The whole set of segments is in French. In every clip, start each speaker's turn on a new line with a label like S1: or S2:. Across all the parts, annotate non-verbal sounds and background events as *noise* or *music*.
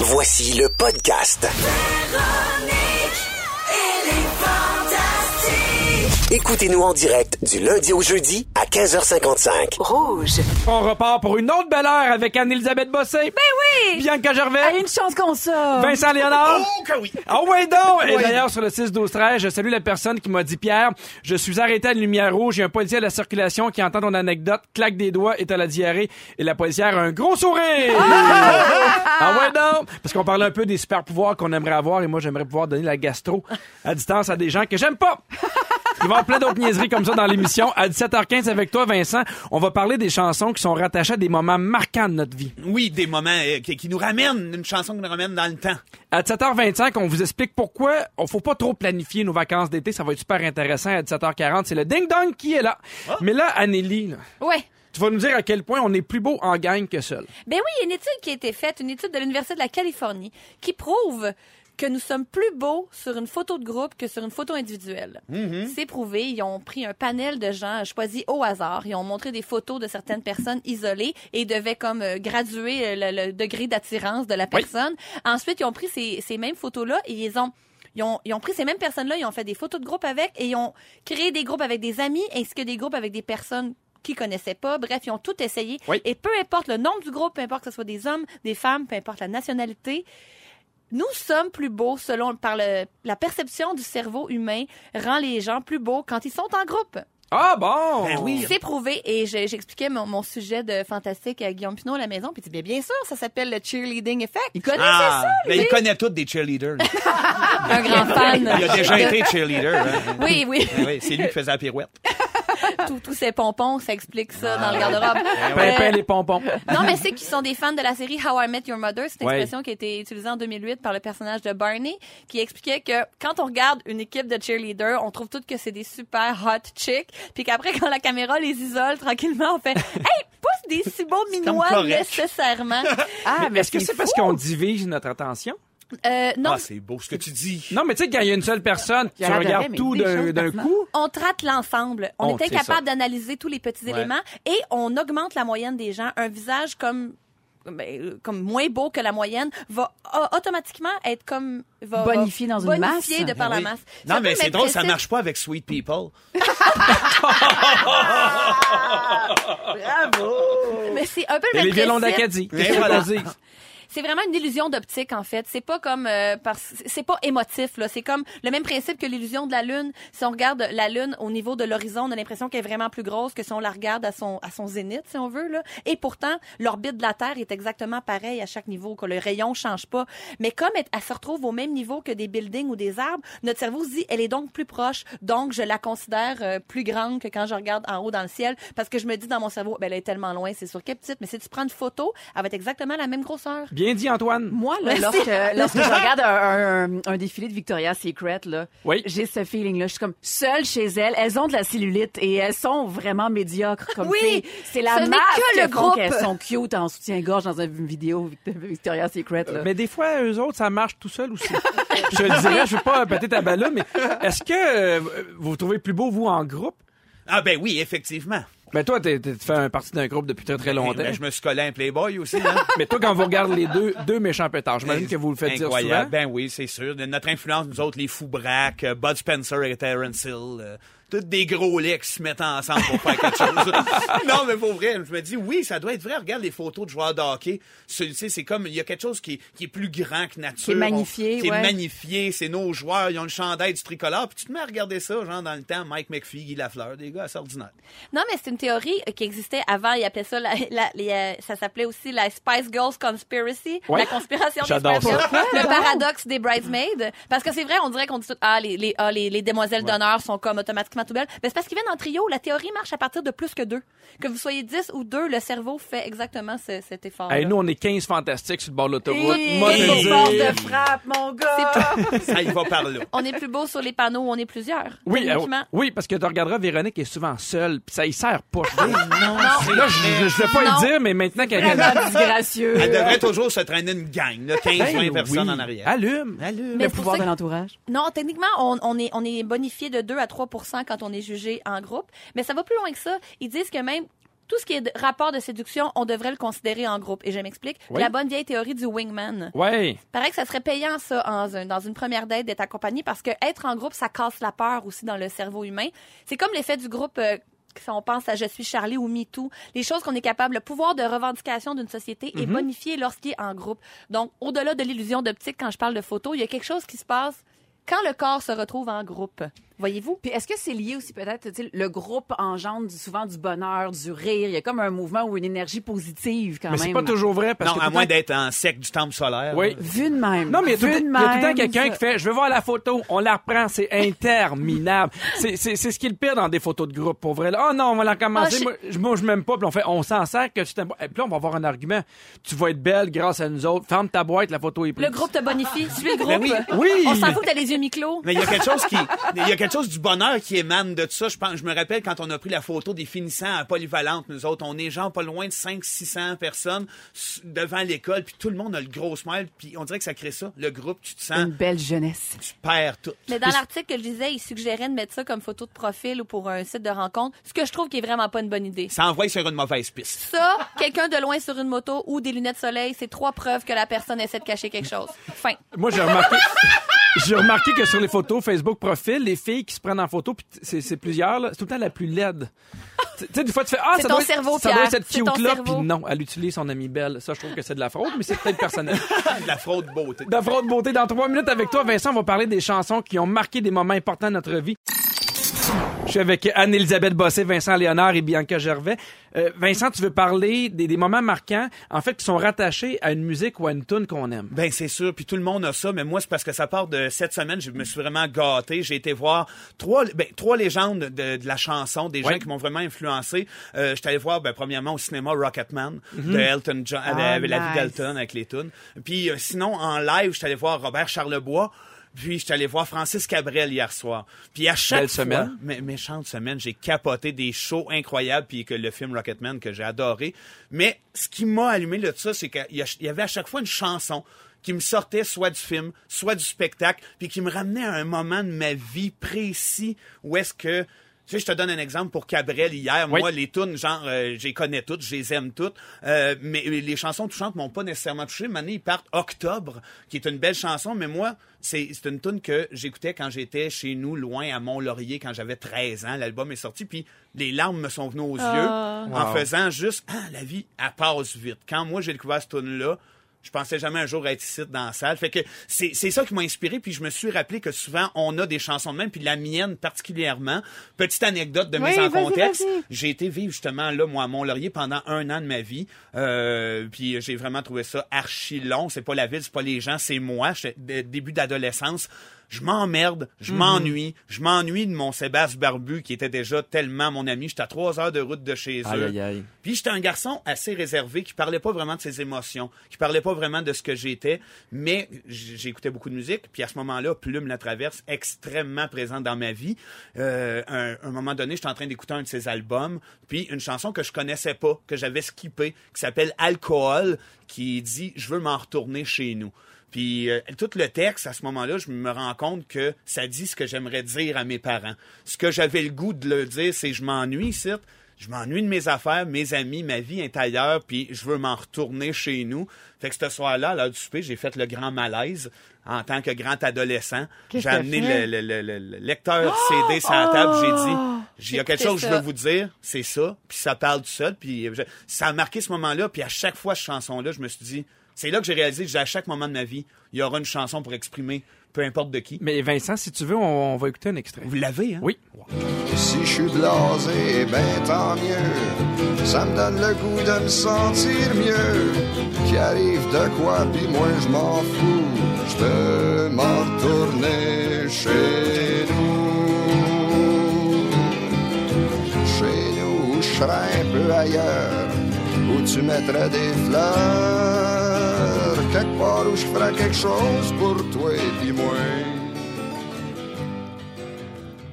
S1: Voici le podcast. Écoutez-nous en direct du lundi au jeudi à 15h55.
S2: Rouge.
S3: On repart pour une autre belle heure avec Anne-Elisabeth Bossé.
S4: Ben oui!
S3: Bianca Gervais.
S4: Ah, une chance qu'on sort!
S3: Vincent Léonard.
S5: Oh, que oui!
S3: Ah ouais donc! Et d'ailleurs, sur le 6-12-13, je salue la personne qui m'a dit, Pierre, je suis arrêté à une lumière rouge, il y a un policier à la circulation qui entend ton anecdote, claque des doigts, est à la diarrhée, et la policière a un gros sourire! ah ouais donc! Parce qu'on parlait un peu des super pouvoirs qu'on aimerait avoir, et moi, j'aimerais pouvoir donner la gastro à distance à des gens que j'aime pas! Il va y avoir plein d'autres niaiseries comme ça dans l'émission. À 17h15 avec toi, Vincent, on va parler des chansons qui sont rattachées à des moments marquants de notre vie.
S5: Oui, des moments euh, qui, qui nous ramènent, une chanson qui nous ramène dans le temps.
S3: À 17h25, on vous explique pourquoi on faut pas trop planifier nos vacances d'été. Ça va être super intéressant. À 17h40, c'est le ding-dong qui est là.
S6: Ah.
S3: Mais là, Anneli, là,
S4: Ouais.
S3: tu vas nous dire à quel point on est plus beau en gang que seul.
S4: Ben oui, il y a une étude qui a été faite, une étude de l'Université de la Californie, qui prouve que nous sommes plus beaux sur une photo de groupe que sur une photo individuelle. C'est prouvé. Ils ont pris un panel de gens choisis au hasard. Ils ont montré des photos de certaines personnes isolées et devaient comme euh, graduer euh, le, le degré d'attirance de la personne. Ensuite, ils ont pris ces, ces mêmes photos-là et ils ont ils ont, ils ont pris ces mêmes personnes-là, ils ont fait des photos de groupe avec et ils ont créé des groupes avec des amis ainsi que des groupes avec des personnes qu'ils connaissaient pas. Bref, ils ont tout essayé.
S3: Oui.
S4: Et peu importe le nombre du groupe, peu importe que ce soit des hommes, des femmes, peu importe la nationalité, nous sommes plus beaux selon par le, la perception du cerveau humain rend les gens plus beaux quand ils sont en groupe.
S3: Ah bon!
S5: Ben oui.
S4: C'est prouvé et j'ai- j'expliquais mon, mon sujet de fantastique à Guillaume Pinot à la maison puis il dit bien, bien sûr ça s'appelle le cheerleading effect. Il connaissait ça
S5: ben,
S4: lui,
S5: il connaît toutes des cheerleaders. lui.
S4: un grand fan.
S5: Il a déjà
S4: de-
S5: été cheerleader. hein.
S4: Oui oui.
S5: Ben oui, c'est lui qui faisait la pirouette.
S4: tous tous ces pompons, ça explique ça dans le garde-robe.
S3: Pimpin
S4: Euh,
S3: les pompons.
S4: non, mais ceux qui sont des fans de la série How I Met Your Mother, c'est une
S3: Ouais.
S4: expression qui a été utilisée en 2008 par le personnage de Barney, qui expliquait que quand on regarde une équipe de cheerleaders, on trouve toutes que c'est des super hot chicks, puis qu'après, quand la caméra les isole tranquillement, on fait « Hey, pousse des si beaux minois
S5: correct.
S4: nécessairement!
S3: Ah, mais est-ce que c'est parce qu'on divise notre attention?
S4: Euh, Non,
S5: Ah, c'est beau ce que tu dis.
S3: Non, mais tu sais, quand il y a une seule personne, tu
S6: Il y en a de vrai,
S3: regardes
S6: mais
S3: tout
S6: des
S3: d'un
S6: choses
S3: d'un
S6: pertinentes.
S3: coup.
S4: on traite l'ensemble. On,
S3: On-
S4: est
S3: c'est ça.
S4: incapable d'analyser tous les petits
S5: Oh, Ouais.
S4: éléments et on augmente la moyenne des gens. Un visage comme ben, euh, comme moins beau que la moyenne va a- automatiquement être comme va, va-
S6: Bonifié dans une
S4: bonifié
S6: masse.
S4: de par
S5: Ben Oui.
S4: la masse. un
S5: Non,
S4: peu
S5: mais
S4: le
S5: c'est
S4: même
S5: drôle, ça
S4: principe.
S5: marche pas avec Sweet People.
S4: Mais c'est un peu
S3: Et
S4: le même
S3: les violons
S4: principe.
S3: d'Acadie.
S5: Mais
S3: Qu'est-ce qu'on
S5: voilà.
S3: dit?
S4: C'est vraiment une illusion d'optique en fait. C'est pas comme euh, parce c'est pas émotif là. C'est comme le même principe que l'illusion de la lune. Si on regarde la lune au niveau de l'horizon, on a l'impression qu'elle est vraiment plus grosse que si on la regarde à son à son zénith si on veut là. Et pourtant l'orbite de la Terre est exactement pareille à chaque niveau. Que le rayon change pas. Mais comme elle, elle se retrouve au même niveau que des buildings ou des arbres, notre cerveau se dit elle est donc plus proche. Donc je la considère euh, plus grande que quand je regarde en haut dans le ciel parce que je me dis dans mon cerveau ben elle est tellement loin, c'est sûr qu'elle est petite. Mais si tu prends une photo, elle va être exactement la même grosseur.
S3: Bien dit, Antoine.
S6: Moi, là,
S4: Merci.
S6: lorsque, lorsque je regarde un, un- un défilé de Victoria's Secret, là,
S3: Oui.
S6: j'ai ce feeling-là. Je suis comme seule chez elles. Elles ont de la cellulite et elles sont vraiment médiocres comme
S4: Oui,
S6: filles. C'est la
S4: ce n'est
S6: masse
S4: que le
S6: qui font
S4: groupe.
S6: qu'elles sont cute en soutien-gorge dans une vidéo Vict- Victoria's Secret. Là.
S3: Euh, Mais des fois, eux autres, ça marche tout seul aussi. je te le dirais, je veux pas péter ta balle là, mais est-ce que euh, vous vous trouvez plus beau, vous, en groupe?
S5: Ah, ben oui, effectivement.
S3: Mais toi, t'es- t'es- tu fais un partie d'un groupe depuis très très longtemps.
S5: Ben, je me suis collé un Playboy aussi. hein.
S3: *laughs* Mais toi, quand vous regardez les deux, deux méchants pétards, j'imagine que vous le faites dire
S5: Incroyable. Ben oui, c'est sûr. De notre influence, nous autres, les fous braques, euh, Bud Spencer et Terence Hill, euh, tous des gros lecs qui se mettent ensemble pour faire
S3: *laughs*
S5: quelque chose. non, mais pour vrai, je me dis, oui, ça doit être vrai. Regarde les photos de joueurs de hockey. C'est tu sais, c'est comme, il y a quelque chose qui, qui est plus grand que nature.
S6: Qui est magnifié,
S5: On- Qui est
S6: ouais.
S5: magnifié. C'est nos joueurs. Ils ont le chandail du tricolore. Puis tu te mets à regarder ça, genre, dans le temps, Mike McPhee, Guy Lafleur, des gars, c'est ordinaire.
S4: Non, mais c'est une théorie euh, qui existait avant. Ils appelaient ça, la, la- les, euh, ça s'appelait aussi la Spice Girls Conspiracy,
S3: Ouais.
S4: la conspiration des
S3: J'adore
S4: Spice Girls,
S3: ça.
S4: le paradoxe des bridesmaids. Parce que c'est vrai, on dirait qu'on dit tout, ah, les, les, ah, les, les demoiselles d'honneur sont comme automatiquement tout belles. Mais c'est parce qu'ils viennent en trio. La théorie marche à partir de plus que deux. Que vous soyez dix ou deux, le cerveau fait exactement ce- cet effort.
S3: Hey, nous, on est 15 fantastiques sur le bord de l'autoroute.
S6: Et-
S3: Moi, je
S6: Et-
S3: dis-
S6: force de frappe, mon gars!
S5: Ça y va
S3: *laughs*
S5: par là.
S4: on est plus beau sur les panneaux où on est plusieurs.
S3: Oui, euh,
S4: Techniquement.
S3: oui, parce que tu regarderas, Véronique est souvent seule, puis ça y sert pas. Là, je, je, je vais pas
S4: Non.
S3: le dire, mais maintenant qu'elle
S6: Vraiment disgracieux.
S5: Elle devrait toujours se traîner une gang, là, 15, 20
S3: Ben oui.
S5: personnes en arrière.
S3: Allume.
S5: Allure.
S4: Mais
S6: Le
S4: c'est pour
S6: pouvoir
S4: ça
S6: de
S4: que-
S6: l'entourage.
S4: Non, techniquement, on, on est, on est bonifié de 2 à 3 quand on est jugé en groupe, mais ça va plus loin que ça. Ils disent que même tout ce qui est de- rapport de séduction, on devrait le considérer en groupe. Et je m'explique.
S3: Oui.
S4: La bonne vieille théorie du wingman.
S3: Ouais.
S4: Pareil que ça serait payant, ça, en, un- dans une première date, d'être accompagné parce que être en groupe, ça casse la peur aussi dans le cerveau humain. C'est comme l'effet du groupe. euh, si on pense à Je suis Charlie ou Me Too, les choses qu'on est capable, le pouvoir de revendication d'une société est bonifié lorsqu'il est en groupe. Donc, au-delà de l'illusion d'optique, quand je parle de photo, il y a quelque chose qui se passe quand le corps se retrouve en groupe. Voyez-vous?
S6: Puis est-ce que c'est lié aussi peut-être, tu sais, le groupe engendre du- souvent du bonheur, du rire. Il y a comme un mouvement ou une énergie positive quand
S3: Mais
S6: même.
S3: c'est pas toujours vrai parce
S5: Non,
S3: que. tout
S5: à
S3: le
S5: moins
S3: temps-
S5: d'être en sec du temple solaire.
S3: Oui.
S6: Vu de même.
S3: Non, mais il y a tout,
S6: Vu
S3: le
S6: de
S3: temps- il y a tout le temps
S6: même,
S3: quelqu'un
S6: ça.
S3: qui fait Je veux voir la photo, on la reprend, c'est
S4: *laughs*
S3: interminable. c'est c'est- c'est ce qui est le pire dans des photos de groupe, pour vrai. là. Oh non, on va la recommencer.
S4: Ah, je-
S3: Moi, je- moi, je m'aime pas, puis on fait On s'en sert que tu t'aimes pas. Et puis là, on va avoir un argument. Tu vas être belle grâce à nous autres. Ferme ta boîte, la photo est prise.
S4: Le groupe te bonifie. Suis le groupe.
S5: oui.
S3: Oui.
S4: On s'en fout que t'as les yeux mi-clos.
S5: Mais il y a quelque chose qui, il y a quelque chose du bonheur qui émane de tout ça. Je pense, je me rappelle quand on a pris la photo des finissants à Polyvalente, nous autres, on est genre pas loin de 5 600 personnes s- devant l'école, puis tout le monde a le gros smile, puis on dirait que ça crée ça. Le groupe, tu te sens,
S6: Une belle jeunesse.
S5: tu perds tout.
S4: Mais dans l'article que je disais, il suggérait de mettre ça comme photo de profil ou pour un site de rencontre, ce que je trouve qui est vraiment pas une bonne idée.
S5: Ça envoie sur une mauvaise piste.
S4: Ça, quelqu'un de loin sur une moto ou des lunettes soleil, c'est trois preuves que la personne essaie de cacher quelque chose. Fin.
S3: Moi, j'ai remarqué. *laughs* J'ai remarqué que sur les photos Facebook profil, les filles qui se prennent en photo, puis c'est c'est plusieurs, là, c'est tout le temps la plus laide. Tu tu sais, des fois, tu fais Ah,
S4: C'est
S3: ça,
S4: ton
S3: doit, être-
S4: cerveau,
S3: ça doit être
S4: Pierre.
S3: cette
S4: C'est ton
S3: cute-là, puis
S4: cerveau.
S3: non, elle utilise son amie belle. Ça, je trouve que c'est de la fraude, mais c'est peut-être personnel.
S4: *laughs*
S5: De la fraude beauté.
S3: de fraude beauté. Dans trois minutes avec toi, Vincent, on va parler des chansons qui ont marqué des moments importants de notre vie. Je suis avec Anne-Elisabeth Bossé, Vincent Léonard et Bianca Gervais. Euh, Vincent, tu veux parler des, des moments marquants, en fait, qui sont rattachés à une musique ou à une tune qu'on aime.
S5: Ben c'est sûr, puis tout le monde a ça, mais moi c'est parce que ça part de cette semaine, je me suis vraiment gâté, j'ai été voir trois ben, trois légendes de, de la chanson, des
S3: Ouais.
S5: gens qui m'ont vraiment influencé. Euh, j'étais allé voir ben, premièrement au cinéma Rocketman de Elton John, avec,
S6: Mhm. Ah,
S5: avec la vie
S6: nice.
S5: d'Elton avec les tunes. Puis euh, sinon en live, j'étais allé voir Robert Charlebois. Puis j'étais allé voir Francis Cabrel hier soir. Puis à chaque
S3: Belle
S5: fois,
S3: semaine.
S5: mé- méchante semaine, j'ai capoté des shows incroyables puis que le film Rocketman que j'ai adoré. Mais ce qui m'a allumé de ça, c'est qu'il y a- il y avait à chaque fois une chanson qui me sortait soit du film, soit du spectacle, puis qui me ramenait à un moment de ma vie précis où est-ce que tu sais, je te donne un exemple pour Cabrel hier.
S3: Oui.
S5: Moi, les tunes, genre, euh, je les connais toutes, je les aime toutes. Euh, mais les chansons touchantes m'ont pas nécessairement touché. Maintenant, ils partent Octobre, qui est une belle chanson, mais moi, c'est c'est une tune que j'écoutais quand j'étais chez nous, loin à Mont-Laurier, quand j'avais 13 ans. L'album est sorti, puis les larmes me sont venues aux yeux en
S3: Wow.
S5: faisant juste, ah, la vie, elle passe vite. Quand moi, j'ai découvert cette tune-là, je pensais jamais un jour être ici dans la salle. Fait que c'est c'est ça qui m'a inspiré, puis je me suis rappelé que souvent on a des chansons de même, puis la mienne particulièrement. Petite anecdote de
S6: Oui,
S5: mise en
S6: vas-y,
S5: contexte.
S6: vas-y.
S5: J'ai été vivre justement là, moi, à Mont-Laurier pendant un an de ma vie. Euh, puis j'ai vraiment trouvé ça archi long. C'est pas la ville, c'est pas les gens, c'est moi. J'étais dé- début d'adolescence. Je m'emmerde, je
S6: Mhm.
S5: m'ennuie, je m'ennuie de mon Sébastien Barbu qui était déjà tellement mon ami. J'étais à trois heures de route de chez eux.
S3: Aïe, aïe, aïe.
S5: Puis j'étais un garçon assez réservé qui parlait pas vraiment de ses émotions, qui parlait pas vraiment de ce que j'étais, mais j- j'écoutais beaucoup de musique. Puis à ce moment-là, Plume la traverse extrêmement présent dans ma vie. Euh, un, un moment donné, j'étais en train d'écouter un de ses albums, puis une chanson que je connaissais pas, que j'avais skippée, qui s'appelle Alcool, qui dit je veux m'en retourner chez nous. Puis euh, tout le texte, à ce moment-là, je me rends compte que ça dit ce que j'aimerais dire à mes parents. Ce que j'avais le goût de le dire, c'est je m'ennuie ici, je m'ennuie de mes affaires, mes amis, ma vie est ailleurs, puis je veux m'en retourner chez nous. Fait que ce soir-là, à l'heure du souper, j'ai fait le grand malaise en tant que grand adolescent. J'ai amené le, le- le- le- le lecteur CD sur la table, j'ai dit, il y a quelque
S4: Écoutez
S5: chose que je
S4: ça.
S5: veux vous dire, c'est ça, puis ça parle du seul, puis je- ça a marqué ce moment-là, puis à chaque fois, cette chanson-là, je me suis dit, c'est là que j'ai réalisé que à chaque moment de ma vie, il y aura une chanson pour exprimer, peu importe de qui.
S3: Mais Vincent, si tu veux, on, on va écouter un extrait.
S5: Vous l'avez, hein?
S3: Oui.
S2: Si je suis blasé, ben tant mieux. Ça me donne le goût de me sentir mieux. Qu'il arrive de quoi, puis moi je m'en fous. Je peux m'en retourner chez nous. Chez nous, où je serais un peu ailleurs. Où tu mettrais des fleurs. Quelque part où je ferais quelque chose pour toi et puis moi.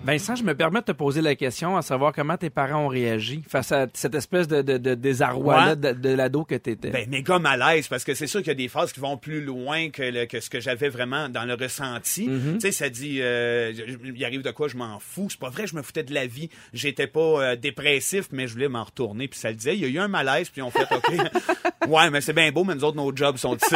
S3: Vincent, je me permets de te poser la question à savoir comment tes parents ont réagi face à cette espèce de, de, de désarroi-là
S5: Ouais.
S3: de, de l'ado que t'étais.
S5: Ben, méga malaise, parce que c'est sûr qu'il y a des phases qui vont plus loin que, le- que ce que j'avais vraiment dans le ressenti. Tu sais, ça dit, euh, je- je- il arrive de quoi, je m'en fous. C'est pas vrai, je me foutais de la vie. J'étais pas euh, dépressif, mais je voulais m'en retourner. Puis ça le disait, il y a eu un malaise, puis on fait, OK. ouais, mais c'est bien beau, mais nous autres, nos jobs sont ici.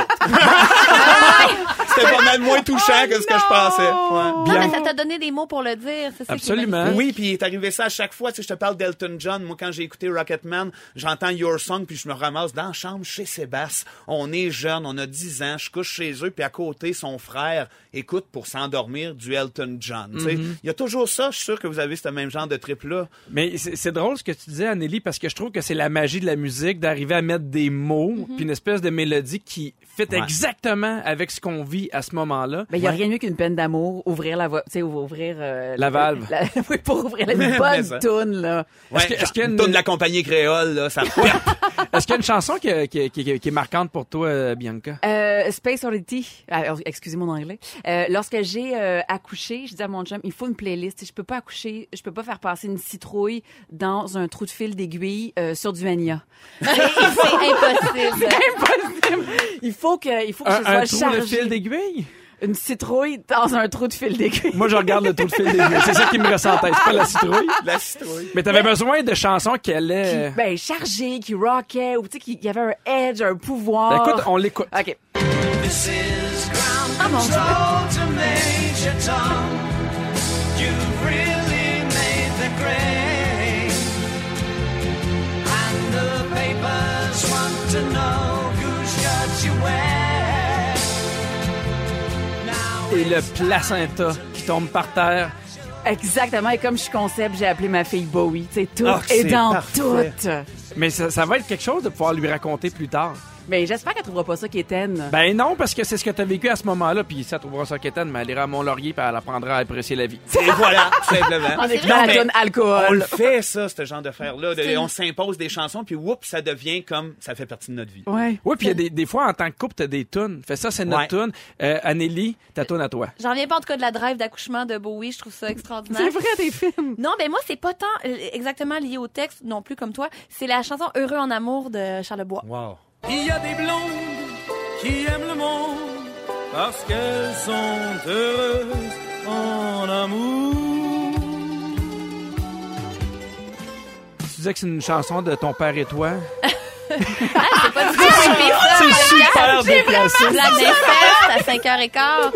S5: C'était pas mal moins touchant que ce que je pensais. Ouais.
S4: Non,
S3: Bianca-
S4: mais ça t'a donné des mots pour le dire. c'est ça qui est
S3: Absolument.
S4: magnifique.
S5: Oui, puis il est arrivé ça à chaque fois. Tu sais, je te parle d'Elton John. Moi, quand j'ai écouté Rocketman, j'entends Your Song, puis je me ramasse dans la chambre chez Sébastien. On est jeune, on a 10 ans, je couche chez eux, puis à côté, son frère écoute pour s'endormir du Elton John. Tu sais,
S3: Mm-hmm.
S5: Il y a toujours ça. Je suis sûr que vous avez ce même genre de trip-là.
S3: Mais c'est c'est drôle ce que tu disais, Anneli, parce que je trouve que c'est la magie de la musique d'arriver à mettre des mots
S6: Mhm.
S3: puis une espèce de mélodie qui fit
S5: Ouais.
S3: exactement avec ce qu'on vit à ce moment-là.
S6: Ben, il n'y a rien de mieux qu'une peine d'amour, ouvrir la voie, tu sais, ou- ouvrir euh,
S3: La valve.
S6: la- *laughs* oui, pour ouvrir
S3: *laughs*
S6: la une
S5: Mais
S6: bonne
S5: ça.
S6: toune, là.
S5: Ouais,
S3: que- est-ce
S5: genre,
S3: qu'il y a une-
S5: une toune de la compagnie créole,
S3: *laughs*
S5: là, ça pète.
S3: Est-ce qu'il y a une chanson qui, qui- qui- qui est marquante pour toi, euh, Bianca?
S6: Euh, Space Oddity, Ah, excusez mon anglais. Euh, lorsque j'ai euh, accouché, je dis à mon chum, il faut une playlist. Je peux pas accoucher, je peux pas faire passer une citrouille dans un trou de fil d'aiguille euh, sur du Ania.
S4: C'est impossible.
S6: Il faut que, il faut que
S3: Un,
S6: je
S3: un
S6: sois
S3: trou
S6: chargée.
S3: de fil d'aiguille?
S6: Une citrouille dans un trou de fil d'aiguille.
S3: Moi, je regarde le trou de fil d'aiguille. C'est ça qui me ressentait. C'est pas la citrouille. *laughs*
S5: la citrouille.
S3: Mais t'avais besoin de chansons qui allaient...
S6: Qui, ben chargée, qui rockait, ou tu sais, qui il y avait un edge, un pouvoir.
S3: Ben, écoute, on l'écoute.
S6: Ok.
S4: Ah, mon Dieu.
S3: Et le placenta qui tombe par terre.
S6: Exactement. Et comme je suis concept, j'ai appelé ma fille Bowie. Tu sais, tout
S5: Ah,
S6: est
S5: c'est
S6: dans
S5: parfait.
S6: tout.
S3: Mais ça, ça va être quelque chose de pouvoir lui raconter plus tard.
S6: Mais j'espère qu'elle trouvera pas ça qui est Ben,
S3: Ben non, parce que c'est ce que t'as vécu à ce moment-là, puis ça trouvera ça quétaine, mais elle ira à Mont-Laurier puis elle apprendra à apprécier la vie.
S5: Et voilà, tout simplement.
S6: en
S5: Non,
S6: écoutant la
S5: mais-
S6: tonne
S5: On
S6: alcool.
S5: le fait, ça, ce genre d'affaires-là.
S4: C'est-
S5: On s'impose des chansons, puis whoop, ça devient comme ça fait partie de notre vie.
S6: Ouais.
S3: Oui, puis il y a des, des fois, en tant que couple, t'as des tunes. Fait ça, c'est notre
S5: Ouais.
S3: tune. Euh, Anélie, ta tune à toi.
S4: J'en reviens pas en tout cas de la drive d'accouchement de Bowie, je trouve ça extraordinaire.
S6: C'est vrai des films.
S4: Non, ben moi c'est pas tant euh, exactement lié au texte non plus comme toi, c'est la chanson Heureux en amour de Charles Bois.
S5: Wow.
S7: Il y a des blondes qui aiment le monde parce qu'elles sont heureuses en amour.
S3: Tu disais que c'est une chanson de ton père et toi.
S6: Ah!
S4: Ah, C'est pas du tout hypé, ça.
S3: super déplacé.
S4: Blague d'inceste à 5h15.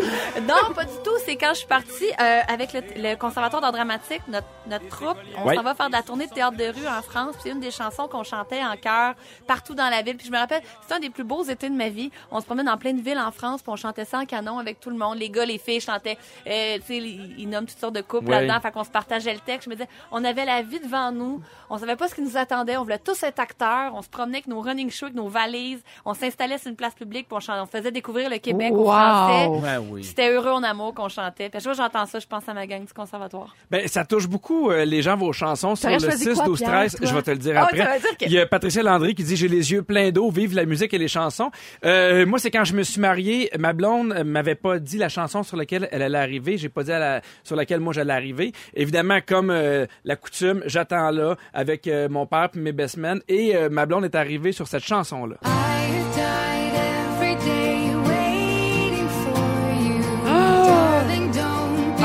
S4: Non, pas du tout. C'est quand je suis partie euh, avec le, le conservatoire d'art dramatique, notre, notre troupe. On
S3: Ouais.
S4: s'en va faire de la tournée de théâtre de rue en France. Puis C'est une des chansons qu'on chantait en chœur partout dans la ville. Puis je me rappelle, c'est un des plus beaux étés de ma vie. On se promène en pleine ville en France, puis on chantait ça en canon avec tout le monde. Les gars, les filles chantaient. Euh, tu sais, ils ils nomment toutes sortes de couples
S3: Ouais.
S4: là-dedans. Fait qu'on se partageait le texte. Je me disais, on avait la vie devant nous. On savait pas ce qui nous attendait. On voulait tous être acteurs. On se promenait avec nos running shoes, avec nos valises. On s'installait sur une place publique pour on, chan- on faisait découvrir le Québec aux
S6: Wow.
S4: Français.
S5: Ben oui.
S4: C'était heureux en amour qu'on chantait. Puis à chaque fois que j'entends ça, je pense à ma gang du conservatoire.
S3: Ben, ça touche beaucoup euh, les gens, vos chansons sur
S6: T'aurais
S3: le
S6: choisi
S3: 6,
S6: quoi,
S3: 12,
S6: Pierre,
S3: 13.
S6: toi?
S3: Je vais te le dire
S6: Ah,
S3: après.
S6: ça veut dire que-
S3: Il y a Patricia Landry qui dit J'ai les yeux pleins d'eau, vive la musique et les chansons. Euh, moi, c'est quand je me suis marié, ma blonde euh, m'avait pas dit la chanson sur laquelle elle allait arriver. J'ai pas dit à la- sur laquelle moi j'allais arriver. Évidemment, comme euh, la coutume, j'attends là avec euh, mon père puis mes bestmen. Et euh, ma blonde est arrivée sur cette chanson-là.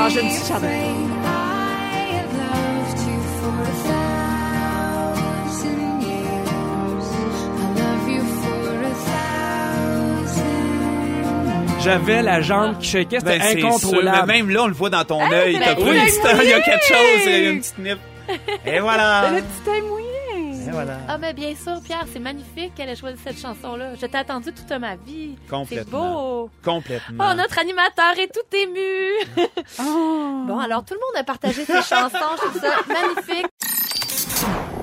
S6: Ah, j'aime du Chardonnay.
S3: J'avais la jambe qui shakeait, c'était
S5: Ben, c'est sûr.
S3: incontrôlable.
S5: Mais même là, on le voit dans ton œil.
S4: t'es
S5: T'as
S4: la
S5: pris
S4: petite
S5: une petite- Il y a quelque chose, il y a une petite nip. Et voilà. Et voilà.
S4: Ah, mais bien sûr, Pierre, c'est magnifique qu'elle ait choisi cette chanson-là. Je t'ai attendu toute ma vie. C'est
S5: Complètement.
S4: beau.
S5: Complètement.
S4: Oh, notre animateur est tout ému. Bon, alors tout le monde a partagé ses chansons. Je trouve ça magnifique.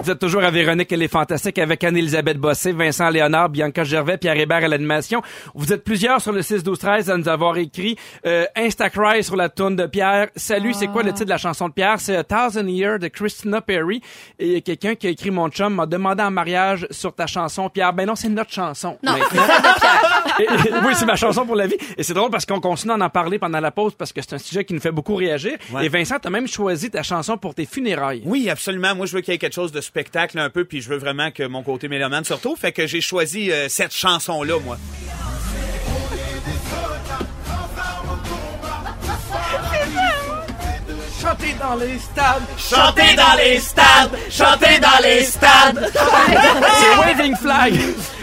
S3: Vous êtes toujours à Véronique, elle est fantastique avec Anne-Elisabeth Bossé, Vincent Léonard, Bianca Gervais, Pierre Hébert à l'animation. Vous êtes plusieurs sur le 6-12-13 à nous avoir écrit euh, Instacry sur la tourne de Pierre. Salut, c'est
S4: Ah.
S3: quoi le titre de la chanson de Pierre? C'est A Thousand Years de Christina Perry. Et il y a quelqu'un qui a écrit Mon chum m'a demandé en mariage sur ta chanson, Pierre. Ben non, c'est notre chanson.
S4: Non,
S3: Mais-
S4: c'est ça de Pierre.
S3: *laughs* et- et- oui, c'est ma chanson pour la vie. Et c'est drôle parce qu'on continue à en parler pendant la pause parce que c'est un sujet qui nous fait beaucoup réagir.
S5: Ouais.
S3: Et Vincent, t'as même choisi ta chanson pour tes funérailles.
S5: Oui, absolument. Moi, je veux qu'il y ait quelque chose de spectacle un peu, puis je veux vraiment que mon côté mélomane se retrouve. Fait que j'ai choisi euh, cette chanson-là, moi. Chanter dans les stades, chanter dans les stades, chanter dans les stades.
S3: *laughs* C'est Waving Flag!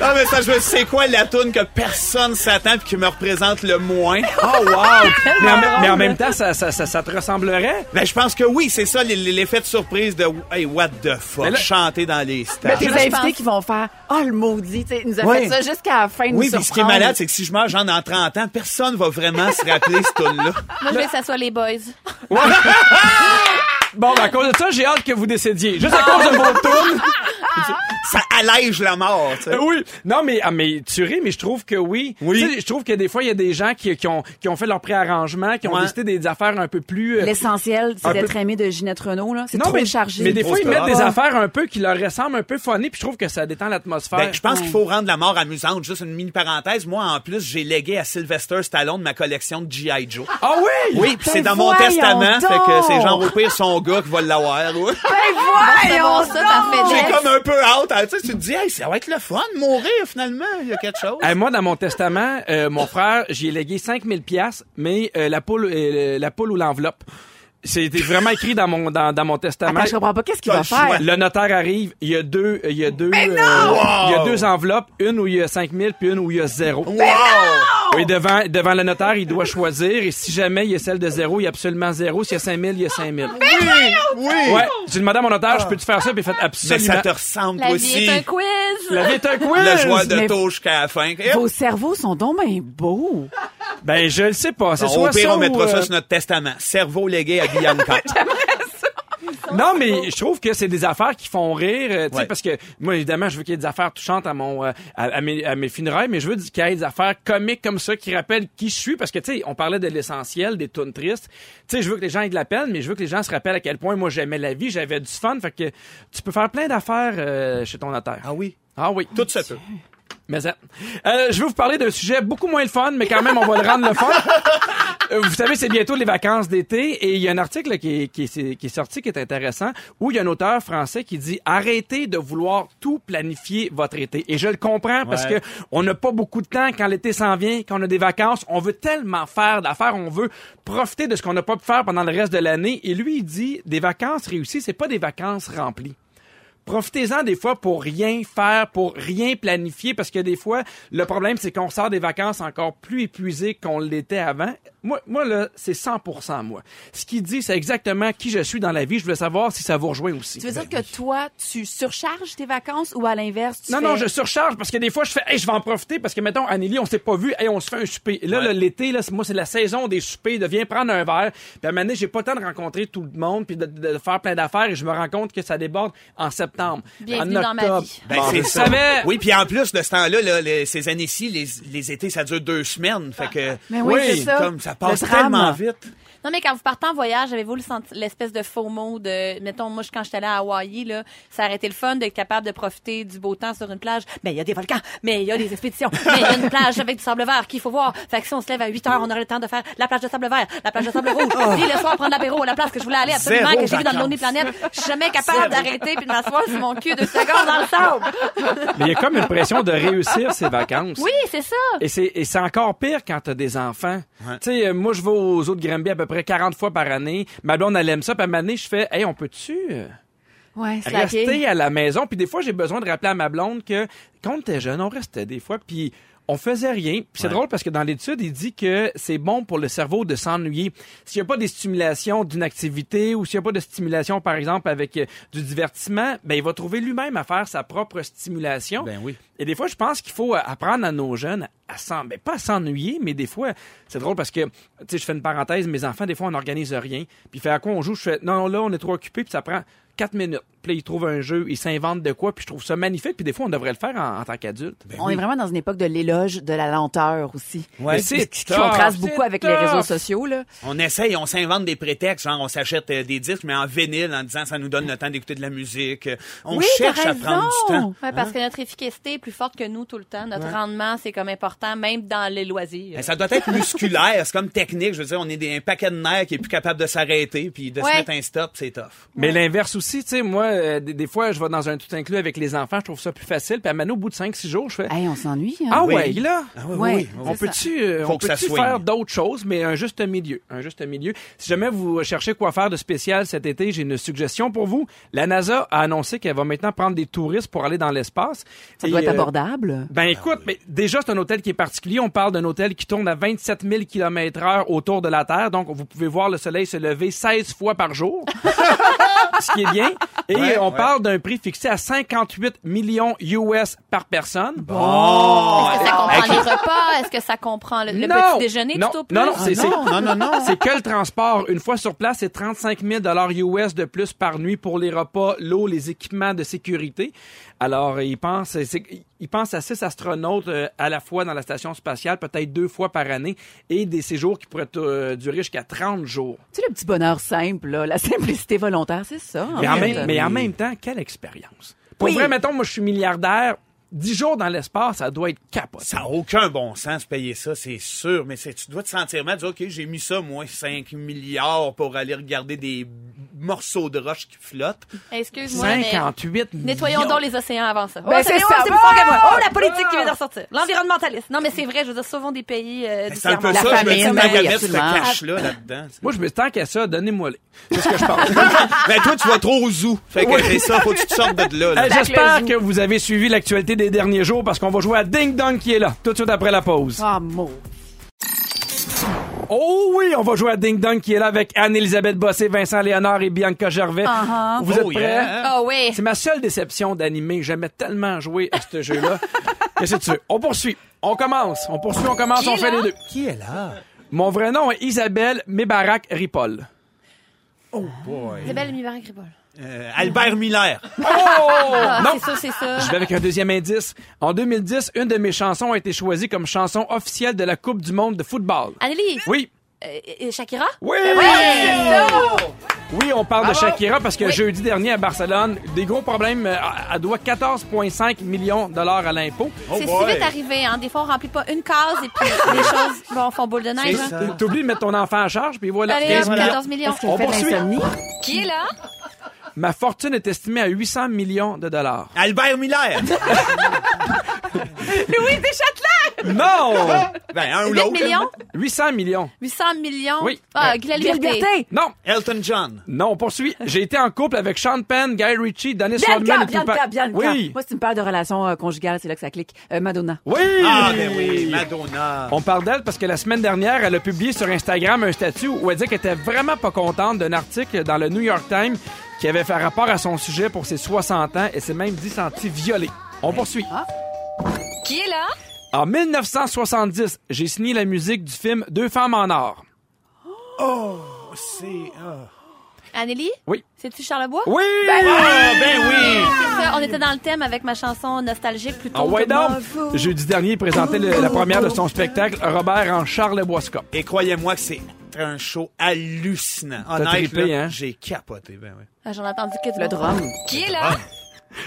S5: Ah mais ça, je veux, c'est quoi la tune que personne s'attend puis qui me représente le moins
S3: Oh,
S5: *laughs* Ah,
S3: wow! mais, en, mais en même temps, ça, ça, ça, ça te ressemblerait.
S5: Ben, je pense que oui, c'est ça l- l'effet de surprise de hey, what the
S3: Mais
S5: fuck,
S3: là-
S5: chanter dans les
S6: Mais
S5: stades.
S6: tes
S4: Là, je
S6: invités
S4: pense-
S6: qui vont faire Ah, le maudit, tu sais, il nous a
S5: Ouais.
S6: fait ça jusqu'à la fin de
S5: Oui,
S6: nous
S5: puis ce qui est
S6: surprendre.
S5: malade, c'est que si je meurs, j'en ai en 30 ans, personne va vraiment se rappeler
S6: *laughs*
S5: ce tune-là.
S4: Moi,
S5: Ben-
S4: je veux que ça soit les boys.
S3: *laughs* Bon, ben, à cause de ça, j'ai hâte que vous décédiez. Juste à cause de mon
S5: *laughs*
S3: tourne.
S5: Ça allège la mort, tu sais.
S3: Euh, Oui. Non, mais, ah, mais tu ris, mais je trouve que oui.
S5: Oui.
S3: Tu sais, je trouve que des fois, il y a des gens qui, qui ont, qui ont fait leur préarrangement, qui ont
S5: Ouais.
S3: décidé des affaires un peu plus... euh,
S6: L'essentiel,
S3: Un
S6: c'est d'être
S3: peu-
S6: aimé de Ginette Renault, là. C'est
S3: Non,
S6: trop
S3: mais,
S6: chargé.
S3: mais des fois, ils
S5: Trop
S3: mettent des
S5: scolaire.
S3: affaires un peu qui leur ressemblent un peu funny, puis je trouve que ça détend l'atmosphère.
S5: Ben, je pense qu'il faut rendre la mort amusante. Juste une mini parenthèse. Moi, en plus, j'ai légué à Sylvester Stallone ma collection de G.I. Joe.
S3: Ah oui!
S5: Oui, puis c'est
S6: Ben
S5: dans mon
S6: voyons
S5: testament, fait que
S6: donc!
S5: c'est genre au pire son gars qui va l'avoir. ouais.
S4: Voyons ça, ça fait
S5: J'ai
S4: des-
S5: comme un peu hâte. hein, Tu sais, tu te dis, hey, ça va être le fun de mourir finalement. Il y a quelque chose.
S3: Eh, moi, dans mon testament, euh, mon frère, j'y ai légué 5000 pièces, mais euh, la poule, euh, la poule ou l'enveloppe. C'était vraiment écrit dans mon dans, dans mon testament.
S6: Attends, je comprends pas. Qu'est-ce qu'il
S5: T'as
S6: va
S5: le choix.
S6: faire?
S3: Le notaire arrive, il y a deux, il y a deux, euh,
S5: Wow!
S3: il y a deux enveloppes, une où il y a 5000 puis une où il y a zéro.
S4: Ah!
S3: Et devant devant le notaire, il doit choisir et si jamais il y a celle de zéro, il y a absolument zéro. S'il y a 5000, il y a 5000.
S5: Oui, oui.
S3: Ouais, j'ai demandé à mon notaire,
S6: Ah.
S3: je peux tu faire ça puis il fait
S5: Mais
S3: absolument.
S5: ça te ressemble toi
S4: La vie
S5: aussi.
S4: est un quiz.
S3: La vie est un quiz.
S5: Le joie
S6: Mais-
S5: de taux jusqu'à la fin. Hop.
S6: Vos cerveaux sont donc bien beaux.
S3: Ben je le sais pas, c'est
S5: Bon,
S3: soit
S5: Ah, au pire,
S3: ça
S5: on
S3: ou,
S5: mettra
S3: euh,
S5: ça sur notre testament. Cerveau légué à Guillaume Cott.
S3: Non, mais je trouve que c'est des affaires qui font rire, euh, tu sais,
S5: Ah, Ouais.
S3: parce que moi, évidemment, je veux qu'il y ait des affaires touchantes à mon, euh, à, à mes, à mes funérailles, mais je veux qu'il y ait des affaires comiques comme ça qui rappellent qui je suis, parce que, tu sais, on parlait de l'essentiel, des tunes tristes. Tu sais, je veux que les gens aient de la peine, mais je veux que les gens se rappellent à quel point moi j'aimais la vie, j'avais du fun, fait que tu peux faire plein d'affaires euh, chez ton notaire.
S5: Ah oui.
S3: Ah oui.
S5: Tout se peut.
S3: Mais ça. Euh, je vais vous parler d'un sujet beaucoup moins le fun, mais quand même, on va le rendre le fun. Euh, Vous savez, c'est bientôt les vacances d'été et il y a un article qui est, qui, est, qui est sorti qui est intéressant où il y a un auteur français qui dit arrêtez de vouloir tout planifier votre été. Et je le comprends parce que
S5: Ouais.
S3: on n'a pas beaucoup de temps quand l'été s'en vient, quand on a des vacances, on veut tellement faire d'affaires, on veut profiter de ce qu'on n'a pas pu faire pendant le reste de l'année. Et lui, il dit des vacances réussies, c'est pas des vacances remplies. Profitez-en des fois pour rien faire, pour rien planifier, parce que des fois, le problème, c'est qu'on sort des vacances encore plus épuisé qu'on l'était avant. Moi, moi là, c'est 100 moi. Ce qu'il dit, c'est exactement qui je suis dans la vie. Je voulais savoir si ça vous rejoint aussi.
S6: Tu veux dire que toi, tu surcharges tes vacances ou à l'inverse, tu
S3: Non, non, je
S6: fais-
S3: surcharge parce que des fois, je fais, hey, je vais en profiter parce que, mettons, Anneli, on s'est pas vu, hey, on se fait un souper. Et là, là, l'été, là, c'est- moi, c'est la saison des soupers, de viens prendre un verre. Puis à un moment donné, j'ai pas le temps de rencontrer tout le monde puis de, de- de faire plein d'affaires et je me rends compte que ça déborde en septembre.
S4: Bienvenue
S3: en
S4: dans ma
S3: octobre.
S4: vie.
S5: Ben,
S3: Bon,
S5: c'est
S3: je
S5: ça.
S3: savais.
S5: Oui, puis en plus, de ce temps-là, là, les- ces années-ci, les, les étés, ça dure deux semaines. Fait que.
S6: Mais oui,
S3: Oui,
S6: c'est ça.
S5: Comme ça passe
S6: Le drame.
S5: tellement vite.
S4: Non, mais quand vous partez en voyage, avez-vous le senti- l'espèce de faux mot de, mettons, moi, je- quand j'étais allée à Hawaï, là, ça aurait été le fun d'être capable de profiter du beau temps sur une plage. Mais il y a des volcans, mais il y a des
S5: *laughs*
S4: expéditions, mais il y a une plage avec du sable vert qu'il faut voir. Fait que si on se lève à 8 heures, on aurait le temps de faire la plage de sable vert, la plage de sable rouge, puis le soir, prendre l'apéro à la place que je voulais aller absolument,
S5: Oh. Zéro
S4: que j'ai vu dans le
S5: vacances.
S4: Lonely Planet. Je suis jamais capable d'arrêter puis de m'asseoir sur mon cul deux secondes dans le sable.
S3: Mais il y a comme une pression de réussir ses vacances.
S4: Oui, c'est ça.
S3: Et c'est, et c'est encore pire quand t'as des enfants. Tu sais, euh, moi, je vais aux eaux de Granby à peu près 40 fois par année. Ma blonde, elle aime ça. Puis à un moment donné, je fais, hey, on peut-tu euh,
S6: Ouais, c'est
S3: rester à la maison? Puis des fois, j'ai besoin de rappeler à ma blonde que quand t'es jeune, on restait des fois. Puis on faisait rien. Puis c'est
S5: Ouais.
S3: drôle parce que dans l'étude, il dit que c'est bon pour le cerveau de s'ennuyer. S'il n'y a pas des stimulations d'une activité ou s'il n'y a pas de stimulation, par exemple, avec euh, du divertissement, ben, il va trouver lui-même à faire sa propre stimulation.
S5: Ben oui.
S3: Et des fois, je pense qu'il faut euh, apprendre à nos jeunes à s'en, ben, pas à s'ennuyer, mais des fois, c'est drôle parce que, tu sais, je fais une parenthèse, mes enfants, des fois, on n'organise rien. Puis, fait à quoi on joue? Je fais, non, là, on est trop occupé, puis ça prend quatre minutes. Puis là, ils trouvent un jeu, ils s'inventent de quoi, puis je trouve ça magnifique, puis des fois, on devrait le faire en, en tant qu'adulte.
S6: On est vraiment dans une époque de l'éloge de la lenteur aussi.
S5: Ouais.
S3: Mais
S6: Ce qui contraste beaucoup avec les réseaux sociaux. Là.
S5: On essaye, on s'invente des prétextes, genre on s'achète euh, des disques, mais en vinyle, en disant ça nous donne le temps d'écouter de la musique. Euh, On
S6: Oui,
S5: cherche
S6: t'as
S5: à prendre du
S6: raison.
S5: temps. hein?
S4: Ouais, parce que notre efficacité est plus forte que nous tout le temps. Notre rendement, c'est comme important, même dans les loisirs.
S5: Ben, ça doit être musculaire, c'est comme technique. Je veux dire, on est des, un paquet de nerfs qui est plus capable de s'arrêter puis de
S4: Ouais.
S5: se mettre un stop, c'est tough.
S3: Mais l'inverse aussi, tu sais, moi, euh, des, des fois, je vais dans un tout inclus avec les enfants, je trouve ça plus facile, puis à Mano, au bout de 5-6 jours, je fais,
S6: Hey, on s'ennuie. hein?
S3: ah
S5: oui.
S3: ouais, là,
S5: Ah oui,
S6: Ouais.
S5: oui, oui.
S3: On
S6: C'est
S3: peut-tu euh,
S5: Faut
S3: on
S5: que ça
S3: peut-tu
S5: swingue.
S3: faire d'autres choses, mais un juste milieu. Un juste milieu. Si jamais vous cherchez quoi faire de spécial cet été, j'ai une suggestion pour vous. La NASA a annoncé qu'elle va maintenant prendre des touristes pour aller dans l'espace.
S6: Ça
S3: Et,
S6: doit être
S3: euh,
S6: abordable.
S3: ben écoute, mais déjà c'est un hôtel qui est particulier. On parle d'un hôtel qui tourne à 27 000 km/h autour de la Terre, donc vous pouvez voir le Soleil se lever 16 fois par jour, *laughs* ce qui est bien. Et
S5: Ouais,
S3: on
S5: ouais.
S3: parle d'un prix fixé à 58 millions US par personne.
S5: Oh!
S4: Est-ce que ça comprend les repas? Est-ce que ça comprend le, le
S3: Non.
S4: petit déjeuner
S3: Non.
S4: tout au plus?
S3: Non, non, c'est- c'est-
S5: Ah, Non, non, non.
S3: C'est que le transport. Une fois sur place, c'est 35 000 US de plus par nuit pour les repas, l'eau, les équipements de sécurité. Alors, ils pensent, c'est- ils pensent à six astronautes euh, à la fois dans la station spatiale, peut-être deux fois par année, et des séjours qui pourraient euh, durer jusqu'à 30 jours.
S6: Tu sais, le petit bonheur simple, là, la simplicité volontaire, c'est ça.
S4: Ah,
S6: en
S3: Mais en,
S6: fait.
S3: même, mais en même temps, quelle expérience. Pour vrai, mettons, moi, je suis milliardaire. 10 jours dans l'espace, ça doit être capote.
S5: Ça n'a aucun bon sens de payer ça, c'est sûr, mais c'est- tu dois te sentir mal, dire, OK, j'ai mis ça, moi, 5 milliards pour aller regarder des morceaux de roche qui flottent.
S4: Ah, Excuse-moi, mais
S3: 58 millions.
S4: nettoyons donc les océans avant ça.
S6: Ben,
S4: Oh,
S6: c'est
S4: oh,
S6: ça.
S4: c'est plus fort que moi.
S6: Oh!
S4: Oh, la politique
S5: Ah!
S4: qui vient de ressortir. L'environnementaliste. Non, mais c'est vrai, je veux dire, sauvons des pays euh, du
S5: C'est un peu
S4: tiers-monde.
S5: ça,
S6: La
S5: je me dis,
S6: famine,
S5: tant qu'à
S6: oui,
S5: mettre ce
S6: absolument.
S5: cash-là là-dedans.
S3: Moi, je me dis, tant qu'à ça, donnez-moi les. C'est ce que je pense.
S5: ben toi, tu vas trop au zoo. Fait que c'est ça, faut que tu te sortes de là. là.
S3: Euh, J'espère que vous avez suivi l'actualité des derniers jours parce qu'on va jouer à Ding Dong qui est là tout de suite après la pause.
S6: Ah, mon.
S3: Oh oui, on va jouer à Ding Dong qui est là avec Anne-Elisabeth Bossé, Vincent Léonard et Bianca Gervais. Vous êtes
S5: Oh,
S3: prêts?
S5: yeah.
S4: Ah oui.
S3: C'est ma seule déception d'animé. J'aimais tellement jouer à ce
S5: *laughs*
S3: jeu-là. Qu'est-ce que tu veux? On poursuit. On commence. On poursuit, on commence, on fait les deux.
S5: Qui est là?
S3: Mon vrai nom est Isabelle Mébarak Ripoll.
S4: Isabelle Mivara Gribol.
S5: Euh, Albert Miller.
S4: Ah,
S3: non.
S4: c'est ça, c'est ça.
S3: Je vais avec un deuxième indice. En 2010, une de mes chansons a été choisie comme chanson officielle de la Coupe du monde de football.
S4: Anneli,
S3: Oui.
S4: euh, euh, Shakira?
S3: Oui!
S4: Oui!
S3: Oui, on parle de Shakira parce que jeudi dernier à Barcelone, des gros problèmes. euh, Elle doit 14,5 millions de dollars à l'impôt.
S5: Oh
S4: C'est si
S5: boy.
S4: vite arrivé, hein. Des fois, on remplit pas une case et puis *laughs* les choses bon, font boule de neige.
S5: C'est
S4: hein.
S5: ça.
S3: T'oublies de mettre ton enfant en charge, puis voilà.
S4: Allez,
S3: 15
S4: hop,
S3: millions.
S4: 14 millions.
S6: Qu'elle
S3: On
S6: fait de
S3: poursuit.
S6: l'insomnie.
S4: Qui est là?
S3: Ma fortune est estimée à 800 millions de dollars.
S5: Albert Miller.
S6: Louise Deschâtelet!
S3: Non!
S5: Ben, un ou
S4: 8
S5: l'autre.
S4: millions?
S3: 800 millions.
S4: 800 millions?
S3: Oui.
S4: Ah, Guy Laliberté.
S6: Liberté!
S3: Non!
S5: Elton John.
S3: Non, on poursuit. J'ai été en couple avec Sean Penn, Guy Ritchie, Dennis Rodman
S6: Bianca,
S3: et Tupac.
S6: Bianca, Bianca.
S3: Oui!
S6: Moi, c'est une paire de relations euh, conjugales, c'est là que ça clique. Euh, Madonna.
S3: Oui!
S5: Ah, ben oui, Madonna.
S3: On parle d'elle parce que la semaine dernière, elle a publié sur Instagram un statut où elle dit qu'elle était vraiment pas contente d'un article dans le New York Times qui avait fait rapport à son sujet pour ses 60 ans et s'est même dit sentie violée. On poursuit.
S4: Qui est là?
S3: En 1970, j'ai signé la musique du film Deux femmes en or.
S5: C'est... ah.
S4: Anneli?
S3: Oui.
S4: C'est-tu Charlebois?
S3: Oui!
S5: Ah, ben oui.
S4: C'est ça, on était dans le thème avec ma chanson nostalgique plus tôt.
S3: Ah ouais
S4: Tout le
S3: donc!
S4: monde vous-
S3: Jeudi dernier, il présentait le- la première de son spectacle, Robert en Charles Boiscop.
S5: Et croyez-moi que c'est un show hallucinant.
S3: trippé,
S5: Honnêtement,
S3: hein?
S5: j'ai capoté. Ben oui.
S4: Ah, J'en ai entendu que du
S6: Le
S4: bon.
S6: drum.
S4: Qui est là?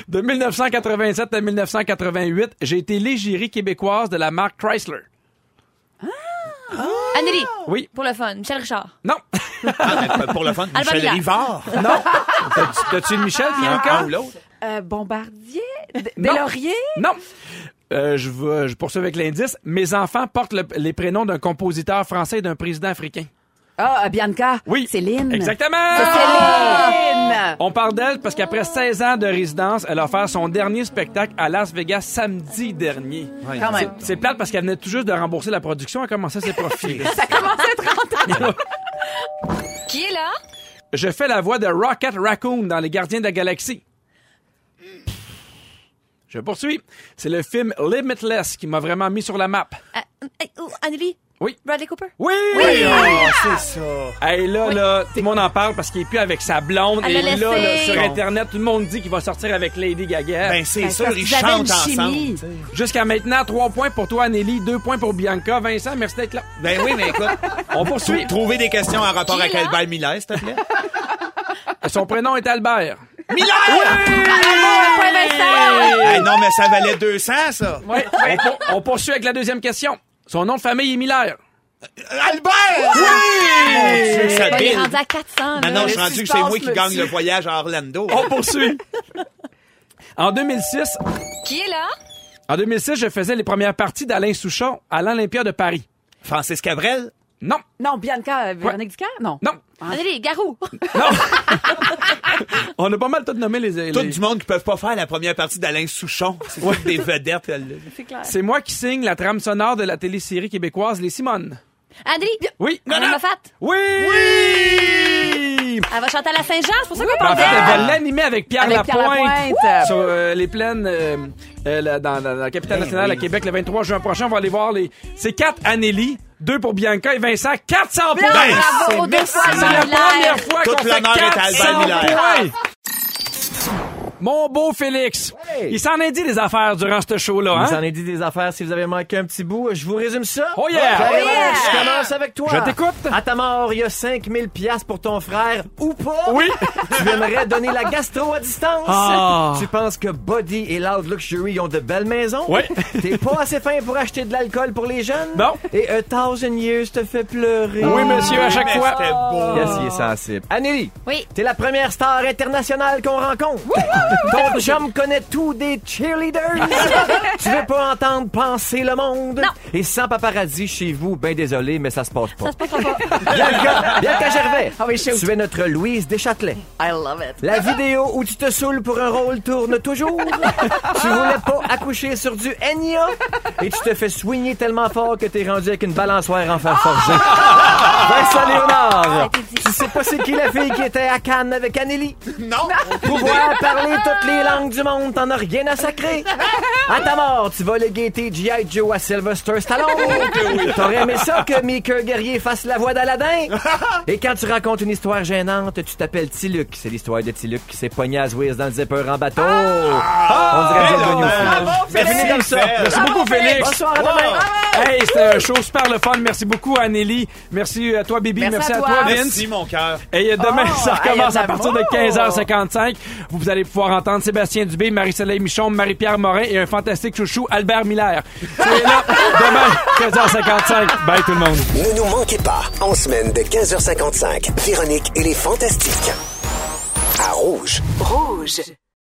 S3: De 1987 à 1988, j'ai été l'égérie québécoise de la marque Chrysler.
S4: Anneli,
S3: Oui.
S4: pour le fun. Michel Richard.
S3: Non!
S5: Ah, ben, pour le fun,
S4: Albert
S5: Michel
S4: Miller.
S5: Rivard.
S3: Non! T'as-tu- T'as-tu une Michel,
S5: Un
S3: Bianca?
S5: ou l'autre.
S6: Euh, bombardier? D-
S3: Non.
S6: Delaurier?
S3: Non. Euh, je, vais- je poursuis avec l'indice. Mes enfants portent le- les prénoms d'un compositeur français et d'un président africain.
S6: Ah, euh, Bianca.
S3: Oui.
S6: Céline.
S3: Exactement.
S6: C'est
S3: Ah!
S6: Céline.
S3: On parle d'elle parce qu'après 16 ans de résidence, elle a offert son dernier spectacle à Las Vegas samedi dernier.
S6: Quand même.
S3: C'est plate parce qu'elle venait tout juste de rembourser la production, elle commençait ses profits.
S6: Ça commence à être rentable.
S8: Qui est là?
S3: Je fais la voix de Rocket Raccoon dans Les Gardiens de la Galaxie. Je poursuis. C'est le film Limitless qui m'a vraiment mis sur la map.
S4: Ah, hey, oh, Anneli?
S3: Oui.
S4: Bradley Cooper?
S3: Oui!
S5: Ah, c'est ça.
S3: Hey, là, là, tout le monde en parle parce qu'il est plus avec sa blonde.
S4: Elle
S3: et
S4: l'a
S3: là, là,
S4: laissé.
S3: sur
S4: Non.
S3: Internet, tout le monde dit qu'il va sortir avec Lady Gaga.
S5: Ben, c'est
S6: Ben,
S5: sûr,
S6: parce
S5: ils
S6: qu'ils avaient
S5: chantent
S6: une
S5: ensemble.
S6: chimie.
S5: tu sais.
S3: Jusqu'à maintenant, trois points pour toi, Anneli, deux points pour Bianca. Vincent, merci d'être
S4: *laughs*
S3: là.
S5: Ben oui, mais écoute,
S3: On poursuit.
S5: trouver des questions en rapport
S8: Qui
S5: avec
S8: là?
S5: Albert Miller, s'il te plaît.
S3: Son prénom est Albert.
S4: Ah, Point Vincent!
S5: Hey, non, mais ça valait 200, ça.
S3: Ouais, on, pour- on poursuit avec la deuxième question. Son nom de famille est Miller.
S5: Albert! Oui! Mon Dieu, que ça
S4: On est
S5: bille.
S4: rendu à 400. là.
S5: Maintenant, je suis
S6: Le
S5: rendu que c'est
S6: suspense,
S5: moi qui
S6: monsieur.
S5: gagne le voyage à Orlando.
S3: On poursuit. En 2006,
S8: Qui est là?
S3: en 2006, je faisais les premières parties d'Alain Souchon à l'Olympia de Paris.
S5: Francis Cabrel?
S3: Non,
S6: Non, Bianca, euh, Véronique Ducard? Non.
S3: non,
S4: Anneli, Garou! *laughs*
S3: non. on a pas mal tout nommé les, les-
S5: Tout du monde qui peuvent pas faire la première partie d'Alain Souchon. C'est toutes des vedettes. elles-
S4: C'est clair.
S3: C'est moi qui signe la trame sonore de la télésérie québécoise Les Simones.
S4: Anneli!
S3: Oui.
S4: Anne Moffat!
S3: Oui! Oui!
S4: Elle va chanter à la Saint-Jean, c'est pour ça qu'on
S3: En
S4: parle
S3: fait, elle
S4: d'elle.
S3: va l'animer avec Pierre
S6: Avec Pierre
S3: Lapointe,
S6: Lapointe.
S3: sur euh, les plaines euh, euh, là, dans, dans la
S4: Ben
S3: capitale nationale à Québec le 23 juin prochain. On va aller voir les. C'est quatre Anneli, deux pour Bianca et Vincent. 400 points!
S4: Bravo, deux fois
S3: C'est la
S4: Anne Miller.
S3: première fois
S5: Toute
S3: qu'on fait
S5: l'honneur est à
S3: 400
S5: Albert Miller.
S3: points. Mon beau Félix,
S9: Hey.
S3: il s'en est dit des affaires durant ce show-là.
S9: Vous
S3: Hein?
S9: en ai dit des affaires si vous avez manqué un petit bout. Je vous résume ça.
S3: Oh yeah!
S9: Ok,
S3: Oh yeah!
S9: Alex, Je commence avec toi.
S3: Je t'écoute.
S9: À ta mort, il y a 5000 pièces pour ton frère ou pas.
S3: Oui.
S9: tu aimerais donner la gastro à distance.
S3: Ah.
S9: Tu penses que Body et Loud Luxury ont de belles maisons.
S3: Oui.
S9: *laughs* T'es pas assez fin pour acheter de l'alcool pour les jeunes.
S3: Non.
S9: Et A Thousand Years te fait pleurer.
S3: Oui, monsieur, à chaque
S5: Mais
S3: fois.
S5: C'était beau.
S9: Yes, il est sensible. Anneli,
S4: Oui.
S9: t'es la première star internationale qu'on rencontre. Ton chum connaît tout des cheerleaders.
S4: *laughs*
S9: tu veux pas entendre penser le monde.
S4: Non.
S9: Et sans paparazzi chez vous, ben désolé, mais ça se passe pas.
S4: Ça se passe pas.
S9: *laughs* Bianca, Bianca Gervais,
S6: Ah oui, shoot.
S9: tu es notre Louise Deschâtelet.
S6: I love it.
S9: La vidéo où tu te saoules pour un rôle tourne
S4: *laughs*
S9: toujours. tu voulais pas accoucher sur du Enya. Et tu te fais soigner tellement fort que t'es rendu avec une balançoire en fer forgé. Vincent
S4: Ça a
S9: Léonard.
S4: été dit.
S9: Tu sais pas c'est qui la fille qui était à Cannes avec Anneli?
S5: Non!
S9: Pouvoir parler toutes les langues du monde, t'en as rien à sacrer. À ta mort, tu vas léguer tes G.I. Joe à Sylvester Stallone. T'aurais aimé ça que Meeker Guerrier fasse la voix d'Aladin? Et quand tu racontes une histoire gênante, tu t'appelles Tiluc. C'est l'histoire de Tiluc qui s'est poigné à Zwiz dans le zipper en bateau. On dirait
S5: belle
S9: Dieu Bonneau.
S5: honneur.
S9: C'est fini comme ça.
S3: Merci beaucoup, Félix.
S9: Bonsoir, à demain.
S3: Hey, c'était un show super le fun. Merci beaucoup, Anneli. Merci à toi, Bibi. Merci, à toi, Vince.
S5: Merci, mon cœur.
S3: Et euh, demain,
S6: Oh,
S3: ça recommence
S6: hey,
S3: à partir de
S6: d'amour.
S3: 15h55. Vous allez pouvoir entendre Sébastien Dubé, Marie-Soleil Michon, Marie-Pierre Morin et un fantastique chouchou, Albert Miller. Soyez là demain, 15h55. Bye tout le monde.
S1: Ne nous manquez pas, en semaine de 15h55, Véronique et les Fantastiques. À Rouge.
S10: Rouge.